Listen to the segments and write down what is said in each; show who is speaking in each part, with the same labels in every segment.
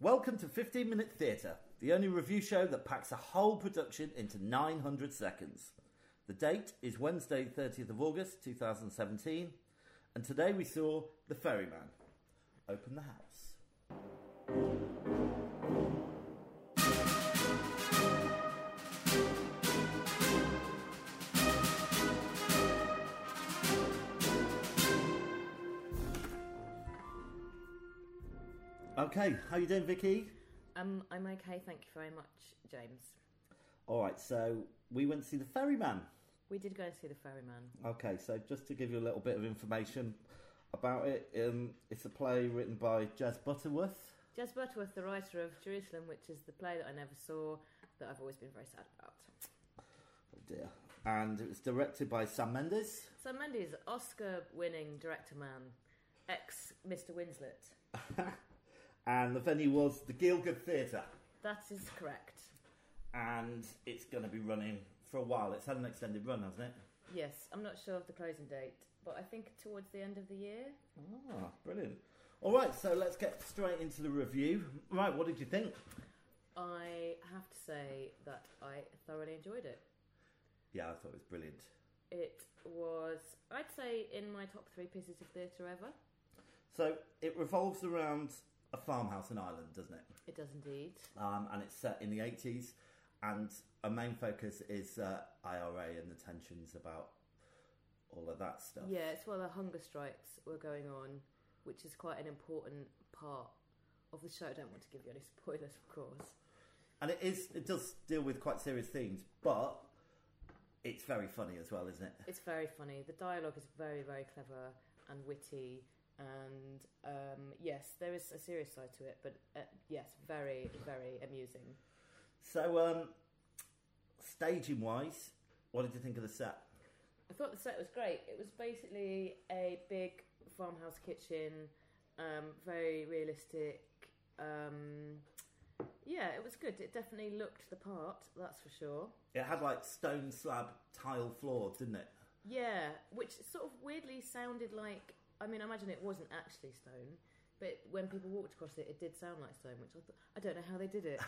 Speaker 1: Welcome to 15 Minute Theatre, the only review show that packs a whole production into 900 seconds. The date is Wednesday, 30th of August 2017, and today we saw The Ferryman. Open the house. Okay, how you doing, Vicky?
Speaker 2: Um, I'm okay, thank you very much, James.
Speaker 1: All right, so we went to see The Ferryman.
Speaker 2: We did go and see the ferryman.
Speaker 1: Okay, so just to give you a little bit of information about it, um, it's a play written by Jez Butterworth.
Speaker 2: Jez Butterworth, the writer of Jerusalem, which is the play that I never saw, that I've always been very sad about.
Speaker 1: Oh dear. And it was directed by Sam Mendes.
Speaker 2: Sam Mendes, Oscar-winning director man, ex Mr. Winslet.
Speaker 1: And the venue was the Gielgud Theatre.
Speaker 2: That is correct.
Speaker 1: And it's going to be running for a while. It's had an extended run, hasn't it?
Speaker 2: Yes, I'm not sure of the closing date, but I think towards the end of the year.
Speaker 1: Ah, brilliant. All right, so let's get straight into the review. Right, what did you think?
Speaker 2: I have to say that I thoroughly enjoyed it.
Speaker 1: Yeah, I thought it was brilliant.
Speaker 2: It was, I'd say, in my top three pieces of theatre ever.
Speaker 1: So it revolves around a farmhouse in Ireland, doesn't it?
Speaker 2: It does indeed.
Speaker 1: um, and it's set in the 80s. And a main focus is uh, IRA and the tensions about all of that stuff.
Speaker 2: Yeah, it's while the hunger strikes were going on, which is quite an important part of the show. I don't want to give you any spoilers, of course.
Speaker 1: And it is it does deal with quite serious themes, but it's very funny as well, isn't it?
Speaker 2: It's very funny. The dialogue is very, very clever and witty. And um, yes, there is a serious side to it, but uh, yes, very, very amusing.
Speaker 1: So, um, staging wise, what did you think of the set?
Speaker 2: I thought the set was great. It was basically a big farmhouse kitchen, um, very realistic. Um, yeah, it was good. It definitely looked the part, that's for sure.
Speaker 1: It had like stone slab tile floor, didn't it?
Speaker 2: Yeah, which sort of weirdly sounded like. I mean, I imagine it wasn't actually stone, but when people walked across it, it did sound like stone. Which I thought, I don't know how they did it.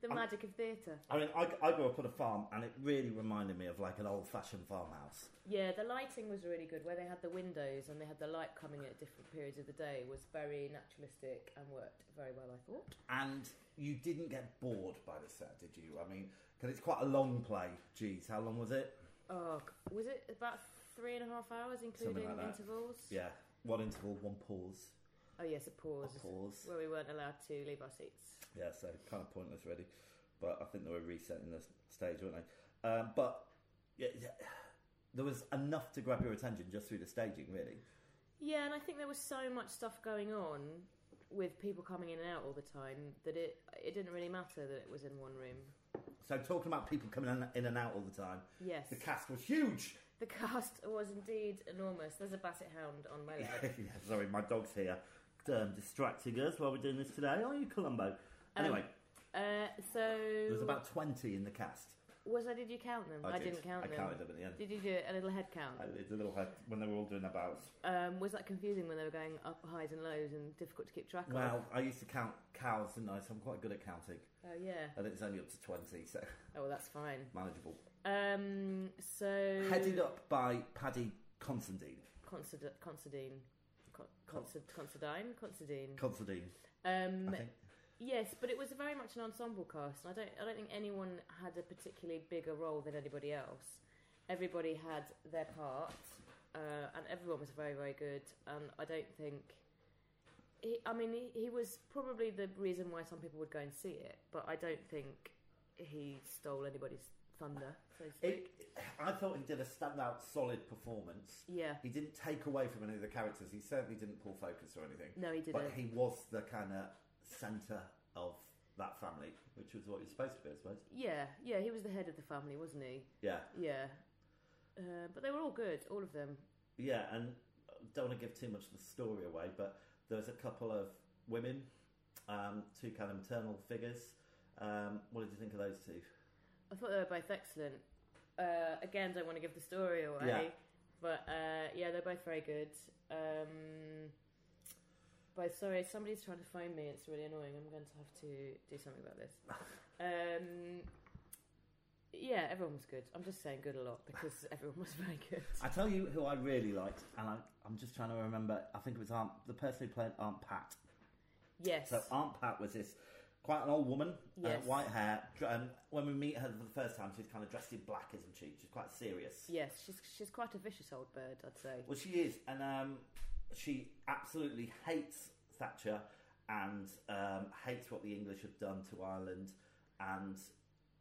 Speaker 2: the magic of theatre.
Speaker 1: I mean, I, I grew up on a farm and it really reminded me of like an old fashioned farmhouse.
Speaker 2: Yeah, the lighting was really good. Where they had the windows and they had the light coming at different periods of the day was very naturalistic and worked very well. I thought.
Speaker 1: And you didn't get bored by the set, did you? I mean, because it's quite a long play. Jeez, how long was it?
Speaker 2: Oh, g- was it about three and a half hours, including
Speaker 1: like that.
Speaker 2: intervals?
Speaker 1: Yeah, one interval, one pause.
Speaker 2: Oh yes, a pause.
Speaker 1: A pause.
Speaker 2: where we weren't allowed to leave our seats.
Speaker 1: Yeah, so kind of pointless, really. But I think they were resetting the s- stage, weren't they? Um, but yeah, yeah, there was enough to grab your attention just through the staging, really.
Speaker 2: Yeah, and I think there was so much stuff going on with people coming in and out all the time that it it didn't really matter that it was in one room.
Speaker 1: So talking about people coming in- in and out all the time,
Speaker 2: Yes,
Speaker 1: the cast was huge.
Speaker 2: the cast was indeed enormous. There's a basset hound on my leg.
Speaker 1: Oh, yeah, sorry, my dog's here, um, distracting us while we're doing this today. Are you, Columbo? Anyway,
Speaker 2: uh,
Speaker 1: there was
Speaker 2: so
Speaker 1: about twenty in the cast.
Speaker 2: was I? Did you count them?
Speaker 1: I did.
Speaker 2: not count
Speaker 1: I
Speaker 2: them.
Speaker 1: counted them at the end.
Speaker 2: Did you do a little head count?
Speaker 1: I did a little head when they were all doing their bows.
Speaker 2: Um, was that confusing when they were going up highs and lows and difficult to keep track of?
Speaker 1: Well, I used to count cows, didn't I? So I'm quite good at counting.
Speaker 2: Oh yeah.
Speaker 1: And it's only up to 20, so
Speaker 2: Oh, well, that's fine.
Speaker 1: manageable.
Speaker 2: Um, so
Speaker 1: Headed up by Paddy Considine.
Speaker 2: Consid- Considine, Con- Consid- Considine, Considine.
Speaker 1: Considine,
Speaker 2: Um,
Speaker 1: I think.
Speaker 2: Yes, but it was very much an ensemble cast, and I don't, I don't think anyone had a particularly bigger role than anybody else. Everybody had their part, uh, and everyone was very, very good. And I don't think, he, I mean, he, he was probably the reason why some people would go and see it, but I don't think he stole anybody's thunder, so to speak.
Speaker 1: It, I thought he did a standout, solid performance.
Speaker 2: yeah,
Speaker 1: He didn't take away from any of the characters. He certainly didn't pull focus or anything.
Speaker 2: No, he
Speaker 1: But
Speaker 2: didn't.
Speaker 1: he was the kind of centre of that family, which was what he's supposed to be, I suppose.
Speaker 2: yeah, yeah. He was the head of the family, wasn't he?
Speaker 1: Yeah.
Speaker 2: Yeah, uh, but they were all good, all of them.
Speaker 1: Yeah, and I don't want to give too much of the story away, but there was a couple of women, um, two kind of maternal figures. Um, what did you think of those two?
Speaker 2: I thought they were both excellent. Uh, again, don't want to give the story away,
Speaker 1: Yeah.
Speaker 2: but uh, yeah, they're both very good. Um, But sorry, somebody's trying to phone me. It's really annoying. I'm going to have to do something about this. Um, yeah, everyone was good. I'm just saying good a lot because everyone was very good.
Speaker 1: I tell you who I really liked, and I, I'm just trying to remember. I think it was Aunt, the person who played Aunt Pat.
Speaker 2: Yes.
Speaker 1: So Aunt Pat was this quite an old woman,
Speaker 2: Yes.
Speaker 1: uh, white hair. dr- And when we meet her for the first time, she's kind of dressed in black, isn't she? She's quite serious.
Speaker 2: Yes, she's she's quite a vicious old bird, I'd say.
Speaker 1: Well, she is, and um, she absolutely hates Thatcher and um, hates what the English have done to Ireland, and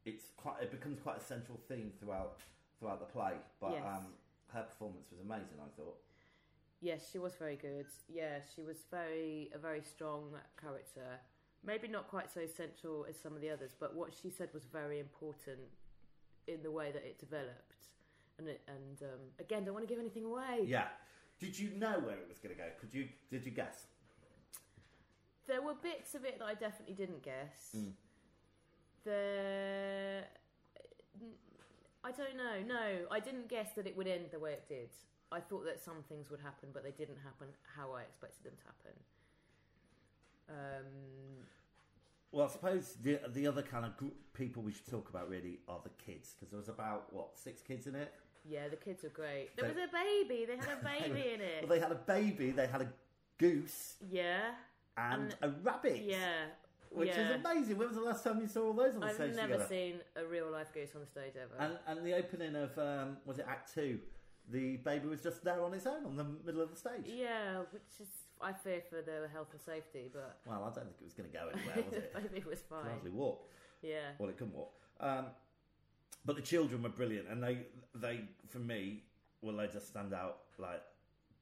Speaker 1: it's quite it becomes quite a central theme throughout throughout the play. But
Speaker 2: Yes.
Speaker 1: um, her performance was amazing. I thought.
Speaker 2: Yes, she was very good. Yeah, she was very a very strong character. Maybe not quite so central as some of the others, but what she said was very important in the way that it developed. And it, and um, again, don't want to give anything away.
Speaker 1: Yeah. Did you know where it was going to go? Could you? Did you guess?
Speaker 2: There were bits of it that I definitely didn't guess.
Speaker 1: Mm.
Speaker 2: The I don't know. No, I didn't guess that it would end the way it did. I thought that some things would happen, but they didn't happen how I expected them to happen. Um,
Speaker 1: Well, I suppose the the other kind of group people we should talk about really are the kids because there was about what six kids in it.
Speaker 2: yeah, the kids were great. There
Speaker 1: They-
Speaker 2: was a baby. They had a baby in it.
Speaker 1: Well, they had a baby, they had a goose,
Speaker 2: yeah,
Speaker 1: and a rabbit.
Speaker 2: yeah,
Speaker 1: Which
Speaker 2: yeah.
Speaker 1: is amazing. When was the last time you saw all those on the
Speaker 2: I've
Speaker 1: stage
Speaker 2: never
Speaker 1: together?
Speaker 2: seen a real life goose on the stage ever.
Speaker 1: And and the opening of um, was it Act Two? The baby was just there on its own on the middle of the stage.
Speaker 2: yeah, which is I fear for their health and safety, but
Speaker 1: Well, I don't think it was going to go anywhere, was it?
Speaker 2: I think it was
Speaker 1: It
Speaker 2: fine.
Speaker 1: could hardly walk.
Speaker 2: Yeah.
Speaker 1: Well, it couldn't walk. Um, but the children were brilliant, and they they for me were loads of standout like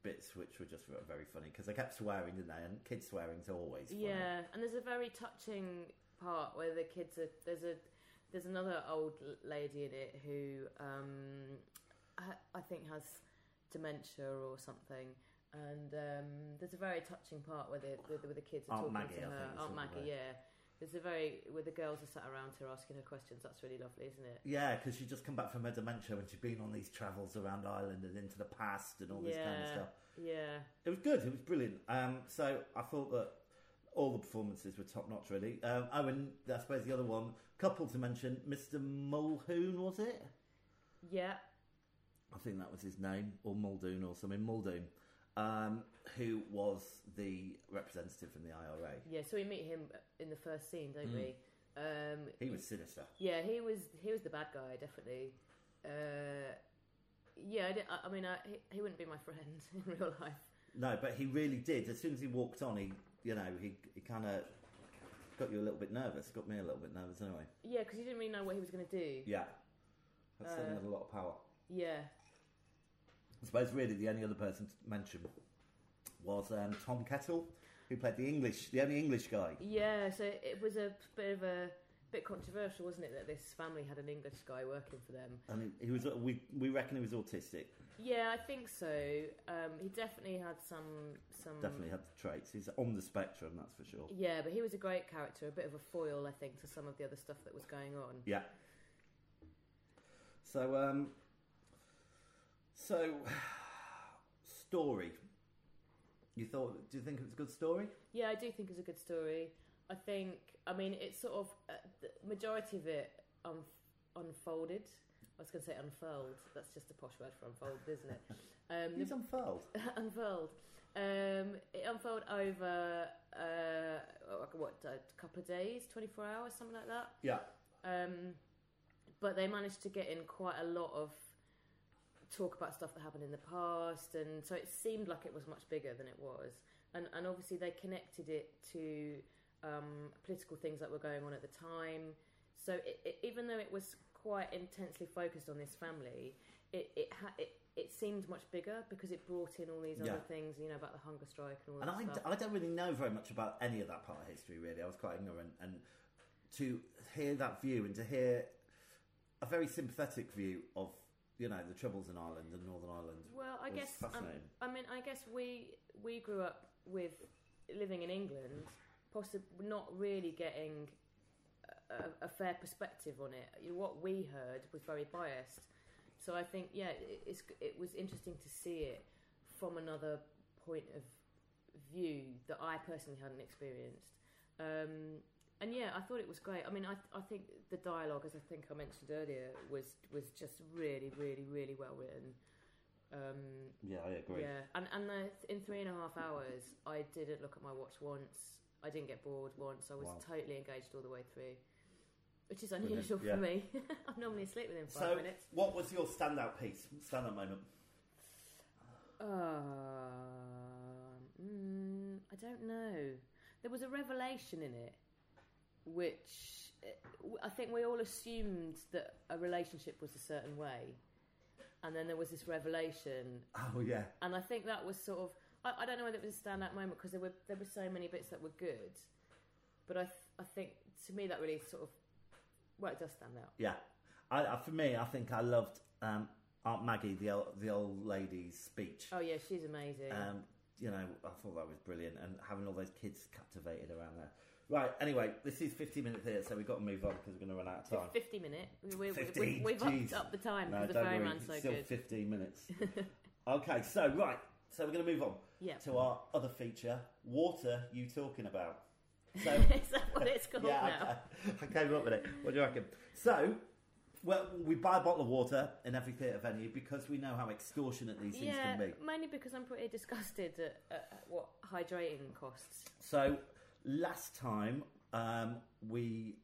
Speaker 1: bits which were just very funny because they kept swearing, didn't they? And kids swearing's always funny.
Speaker 2: Yeah, and there's a very touching part where the kids are. There's a there's another old l- lady in it who um, ha- I think has dementia or something, and um, there's a very touching part where the where the, where the kids are
Speaker 1: Aunt
Speaker 2: talking
Speaker 1: Maggie,
Speaker 2: to
Speaker 1: I
Speaker 2: her.
Speaker 1: think it's
Speaker 2: Aunt
Speaker 1: called,
Speaker 2: Maggie,
Speaker 1: right?
Speaker 2: yeah. There's a very where the girls are sat around her asking her questions. That's really lovely, isn't it?
Speaker 1: Yeah, because she'd just come back from her dementia and she'd been on these travels around Ireland and into the past and all this kind of
Speaker 2: Yeah.
Speaker 1: stuff.
Speaker 2: Yeah,
Speaker 1: It was good. It was brilliant. Um, so I thought that all the performances were top notch, really. Um, Owen, I suppose the other one, couple to mention, Mr. Mulhoon, was it?
Speaker 2: yeah,
Speaker 1: I think that was his name, or Muldoon or something, Muldoon, um, who was the representative from the IRA.
Speaker 2: yeah. So we meet him in the first scene,
Speaker 1: Mm.
Speaker 2: don't we? Um,
Speaker 1: He was sinister.
Speaker 2: Yeah, he was he was the bad guy definitely. Uh, yeah, I, di- I- I mean, I, he, he wouldn't be my friend in real life.
Speaker 1: No, but he really did. As soon as he walked on, he, you know, he, he kind of got you a little bit nervous, got me a little bit nervous anyway.
Speaker 2: Yeah, because you didn't really know what he was going to do.
Speaker 1: Yeah. That's
Speaker 2: Uh,
Speaker 1: certainly had a lot of power.
Speaker 2: Yeah,
Speaker 1: I suppose really the only other person to mention was um, Tom Kettle, who played the English, the only English guy.
Speaker 2: yeah. So it was a bit of a bit controversial, wasn't it, that this family had an English guy working for them?
Speaker 1: And he, he was, we, we reckon he was autistic.
Speaker 2: Yeah, I think so. Um, he definitely had some some.
Speaker 1: Definitely had the traits. He's on the spectrum, that's for sure.
Speaker 2: Yeah, but he was a great character, a bit of a foil, I think, to some of the other stuff that was going on.
Speaker 1: Yeah. So, um, so story. You thought? Do you think it was a good story?
Speaker 2: Yeah, I do think it's a good story. I think, I mean, it's sort of uh, the majority of it un- unfolded. I was going to say unfurled. That's just a posh word for unfold, isn't it? Um,
Speaker 1: He's unfurled.
Speaker 2: the- unfurled. Um, it unfolded over uh, what a couple of days, twenty four hours, something like that.
Speaker 1: Yeah.
Speaker 2: Um, but they managed to get in quite a lot of talk about stuff that happened in the past, and so it seemed like it was much bigger than it was. And, and obviously, they connected it to um, political things that were going on at the time. So it, it, even though it was quite intensely focused on this family, it it, ha- it it seemed much bigger because it brought in all these
Speaker 1: Yeah.
Speaker 2: other things, you know, about the hunger strike and all
Speaker 1: And
Speaker 2: that
Speaker 1: I,
Speaker 2: stuff.
Speaker 1: I don't really know very much about any of that part of history, really. I was quite ignorant. And to hear that view and to hear a very sympathetic view of, you know, the troubles in Ireland and Northern Ireland.
Speaker 2: Well, I
Speaker 1: was
Speaker 2: guess um,
Speaker 1: fascinating.
Speaker 2: I mean I guess we we grew up with living in England, possibly not really getting a, a fair perspective on it. You- What we heard was very biased, so I think yeah, it, it's it was interesting to see it from another point of view that I personally hadn't experienced. Um, and yeah, I thought it was great. I mean, I, th- I think the dialogue, as I think I mentioned earlier, was was just really, really, really well written. Um,
Speaker 1: Yeah, I agree.
Speaker 2: yeah, and and the, in three and a half hours, I didn't look at my watch once. I didn't get bored once. I was
Speaker 1: Wow.
Speaker 2: totally engaged all the way through, which is
Speaker 1: Brilliant,
Speaker 2: unusual
Speaker 1: yeah.
Speaker 2: for me. I'm normally asleep within five
Speaker 1: So,
Speaker 2: minutes.
Speaker 1: what was your standout piece? Standout moment.
Speaker 2: Um, mm, I don't know. There was a revelation in it, which eh, w- I think we all assumed that a relationship was a certain way, and then there was this revelation,
Speaker 1: Oh yeah,
Speaker 2: and I think that was sort of I, I don't know whether it was a standout moment because there were there were so many bits that were good, but I th- I think to me that really sort of well it does stand out.
Speaker 1: yeah. I, I, for me, I think I loved um, Aunt Maggie, the old, the old lady's speech.
Speaker 2: Oh yeah, she's amazing.
Speaker 1: Um, you know, I thought that was brilliant, and having all those kids captivated around there. Right. Anyway, this is 15 minutes here, so we've got to move on because we're going to run out of time.
Speaker 2: 50 minute. We, we,
Speaker 1: 15,
Speaker 2: we, have
Speaker 1: jeez.
Speaker 2: upped up the time because the phone ran
Speaker 1: it's
Speaker 2: so
Speaker 1: still
Speaker 2: good.
Speaker 1: 15 minutes. okay, so right, so we're going to move on
Speaker 2: Yeah.
Speaker 1: to our other feature, water. You talking about? So
Speaker 2: Is that what it's called now?
Speaker 1: yeah, I, I came up with it. What do you reckon? So. Well, we buy a bottle of water in every theatre venue because we know how extortionate these things
Speaker 2: Yeah,
Speaker 1: can be.
Speaker 2: mainly because I'm pretty disgusted at, at at what hydrating costs.
Speaker 1: So last time um, we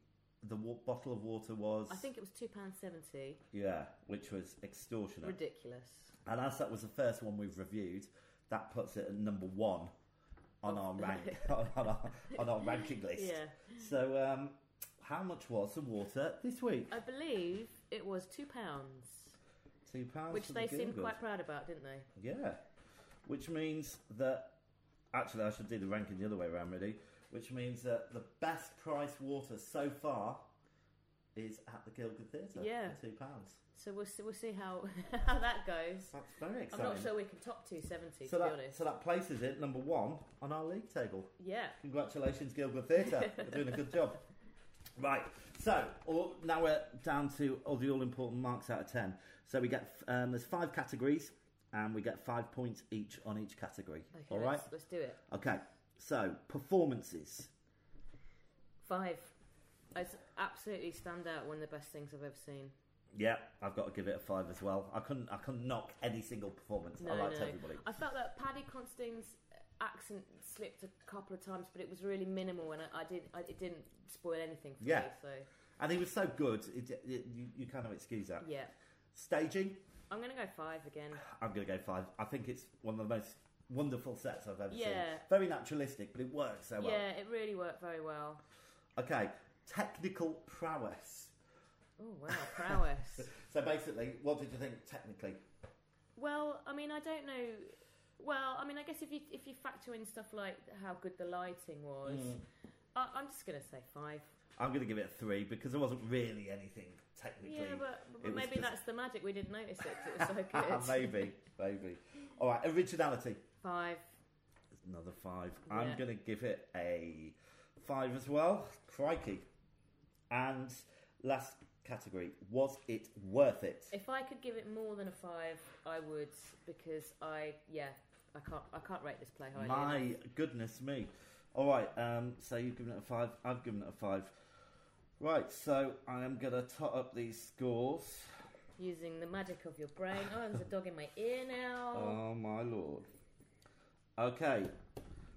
Speaker 1: the wa- bottle of water was
Speaker 2: I think it was two pound seventy.
Speaker 1: yeah, which was extortionate.
Speaker 2: Ridiculous.
Speaker 1: and as that was the first one we've reviewed, that puts it at number one on our rank on, our, on our ranking list.
Speaker 2: Yeah,
Speaker 1: So um, how much was the water this week?
Speaker 2: I believe it was two pounds,
Speaker 1: Two pounds.
Speaker 2: which
Speaker 1: for
Speaker 2: they
Speaker 1: the
Speaker 2: seemed
Speaker 1: Googles.
Speaker 2: quite proud about, didn't they?
Speaker 1: Yeah, which means that actually I should do the ranking the other way around, really. Which means that the best price water so far is at the Guildford Theatre.
Speaker 2: Yeah.
Speaker 1: for two pounds.
Speaker 2: So we'll see, we'll see how how that goes.
Speaker 1: That's very
Speaker 2: I'm
Speaker 1: exciting.
Speaker 2: not sure we can top two seventy
Speaker 1: so
Speaker 2: to be
Speaker 1: that
Speaker 2: honest.
Speaker 1: so that places it number one on our league table.
Speaker 2: yeah,
Speaker 1: Congratulations, Guildford Theatre. You're doing a good job. Right, so all, now we're down to all the all important marks out of 10. So we get, um, there's five categories, and we get five points each on each category.
Speaker 2: okay,
Speaker 1: all right?
Speaker 2: let's, let's do it.
Speaker 1: Okay, so performances.
Speaker 2: Five. It's absolutely stand out. One of the best things I've ever seen.
Speaker 1: Yeah, I've got to give it a five as well. I couldn't, I couldn't knock any single performance. I liked everybody.
Speaker 2: I felt that Paddy Constance's accent slipped a couple of times, but it was really minimal, and I, I did I, it didn't spoil anything for me.
Speaker 1: Yeah.
Speaker 2: So
Speaker 1: And he was so good, it, it, you, you kind of excuse that.
Speaker 2: yeah,
Speaker 1: Staging,
Speaker 2: I'm gonna go five again.
Speaker 1: I'm going to go five. I think it's one of the most wonderful sets I've ever seen.
Speaker 2: Yeah.
Speaker 1: Very naturalistic, but it works so Oh, well.
Speaker 2: Yeah, it really worked very well.
Speaker 1: Okay, technical prowess.
Speaker 2: Oh wow, prowess.
Speaker 1: So basically, what did you think technically?
Speaker 2: well, I mean, I don't know. Well, I mean, I guess if you if you factor in stuff like how good the lighting was,
Speaker 1: Hmm.
Speaker 2: I, I'm just gonna say five.
Speaker 1: I'm going to give it a three because there wasn't really anything technically.
Speaker 2: Yeah, but,
Speaker 1: it
Speaker 2: but
Speaker 1: was
Speaker 2: maybe
Speaker 1: just- Ah,
Speaker 2: that's the magic. We didn't notice it. 'cause It was so good.
Speaker 1: maybe, maybe. All right, originality.
Speaker 2: Five.
Speaker 1: Another five. I'm
Speaker 2: Yeah.
Speaker 1: going to give it a five as well. Crikey. And last category was it worth it?
Speaker 2: If I could give it more than a five, I would because I yeah I can't I can't rate this play highly.
Speaker 1: My
Speaker 2: enough.
Speaker 1: goodness me. All right, um, so you've given it a five, I've given it a five. Right, so I am going to tot up these scores.
Speaker 2: Using the magic of your brain. Oh, there's a dog in my ear now.
Speaker 1: Oh my lord. Okay.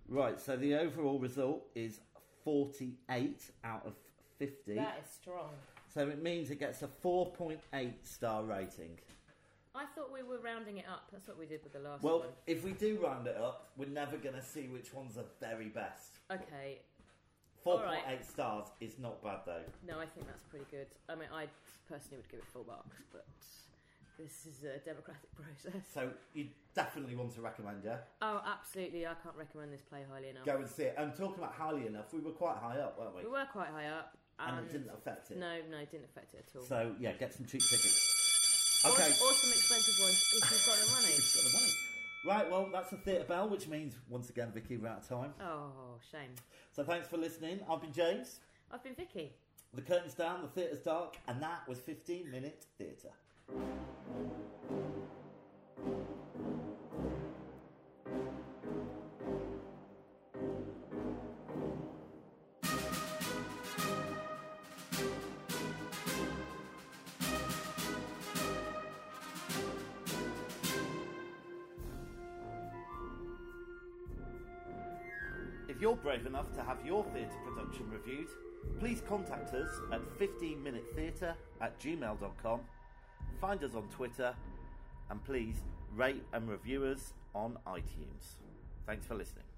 Speaker 1: Right, so the overall result is 48 out of 50.
Speaker 2: that is strong.
Speaker 1: So it means it gets a 4.8 star rating.
Speaker 2: I thought we were rounding it up. That's what we did with the last
Speaker 1: Well,
Speaker 2: one.
Speaker 1: if we do round it up, we're never going to see which one's the very best.
Speaker 2: Okay.
Speaker 1: 4.8
Speaker 2: right.
Speaker 1: stars is not bad though.
Speaker 2: No, I think that's pretty good. I mean, I personally would give it full marks, but this is a democratic process.
Speaker 1: So you definitely want to recommend her.
Speaker 2: Oh, absolutely. I can't recommend this play highly enough.
Speaker 1: Go and see it. And talking about highly enough, we were quite high up, weren't we?
Speaker 2: We were quite high up.
Speaker 1: And it didn't affect it.
Speaker 2: No, no, it didn't affect it at all.
Speaker 1: So yeah, get some cheap tickets.
Speaker 2: Or-
Speaker 1: Okay.
Speaker 2: Or, some expensive ones if you've got the money.
Speaker 1: It's got the money. Right, well, that's a theatre bell, which means once again, Vicky, we're out of time.
Speaker 2: Oh, shame.
Speaker 1: So thanks for listening. I've been James.
Speaker 2: I've been Vicky.
Speaker 1: The curtain's down, the theatre's dark, and that was 15 Minute Theatre. If you're brave enough to have your theatre production reviewed, please contact us at 15minutetheatre at gmail.com, find us on Twitter, and please rate and review us on iTunes. Thanks for listening.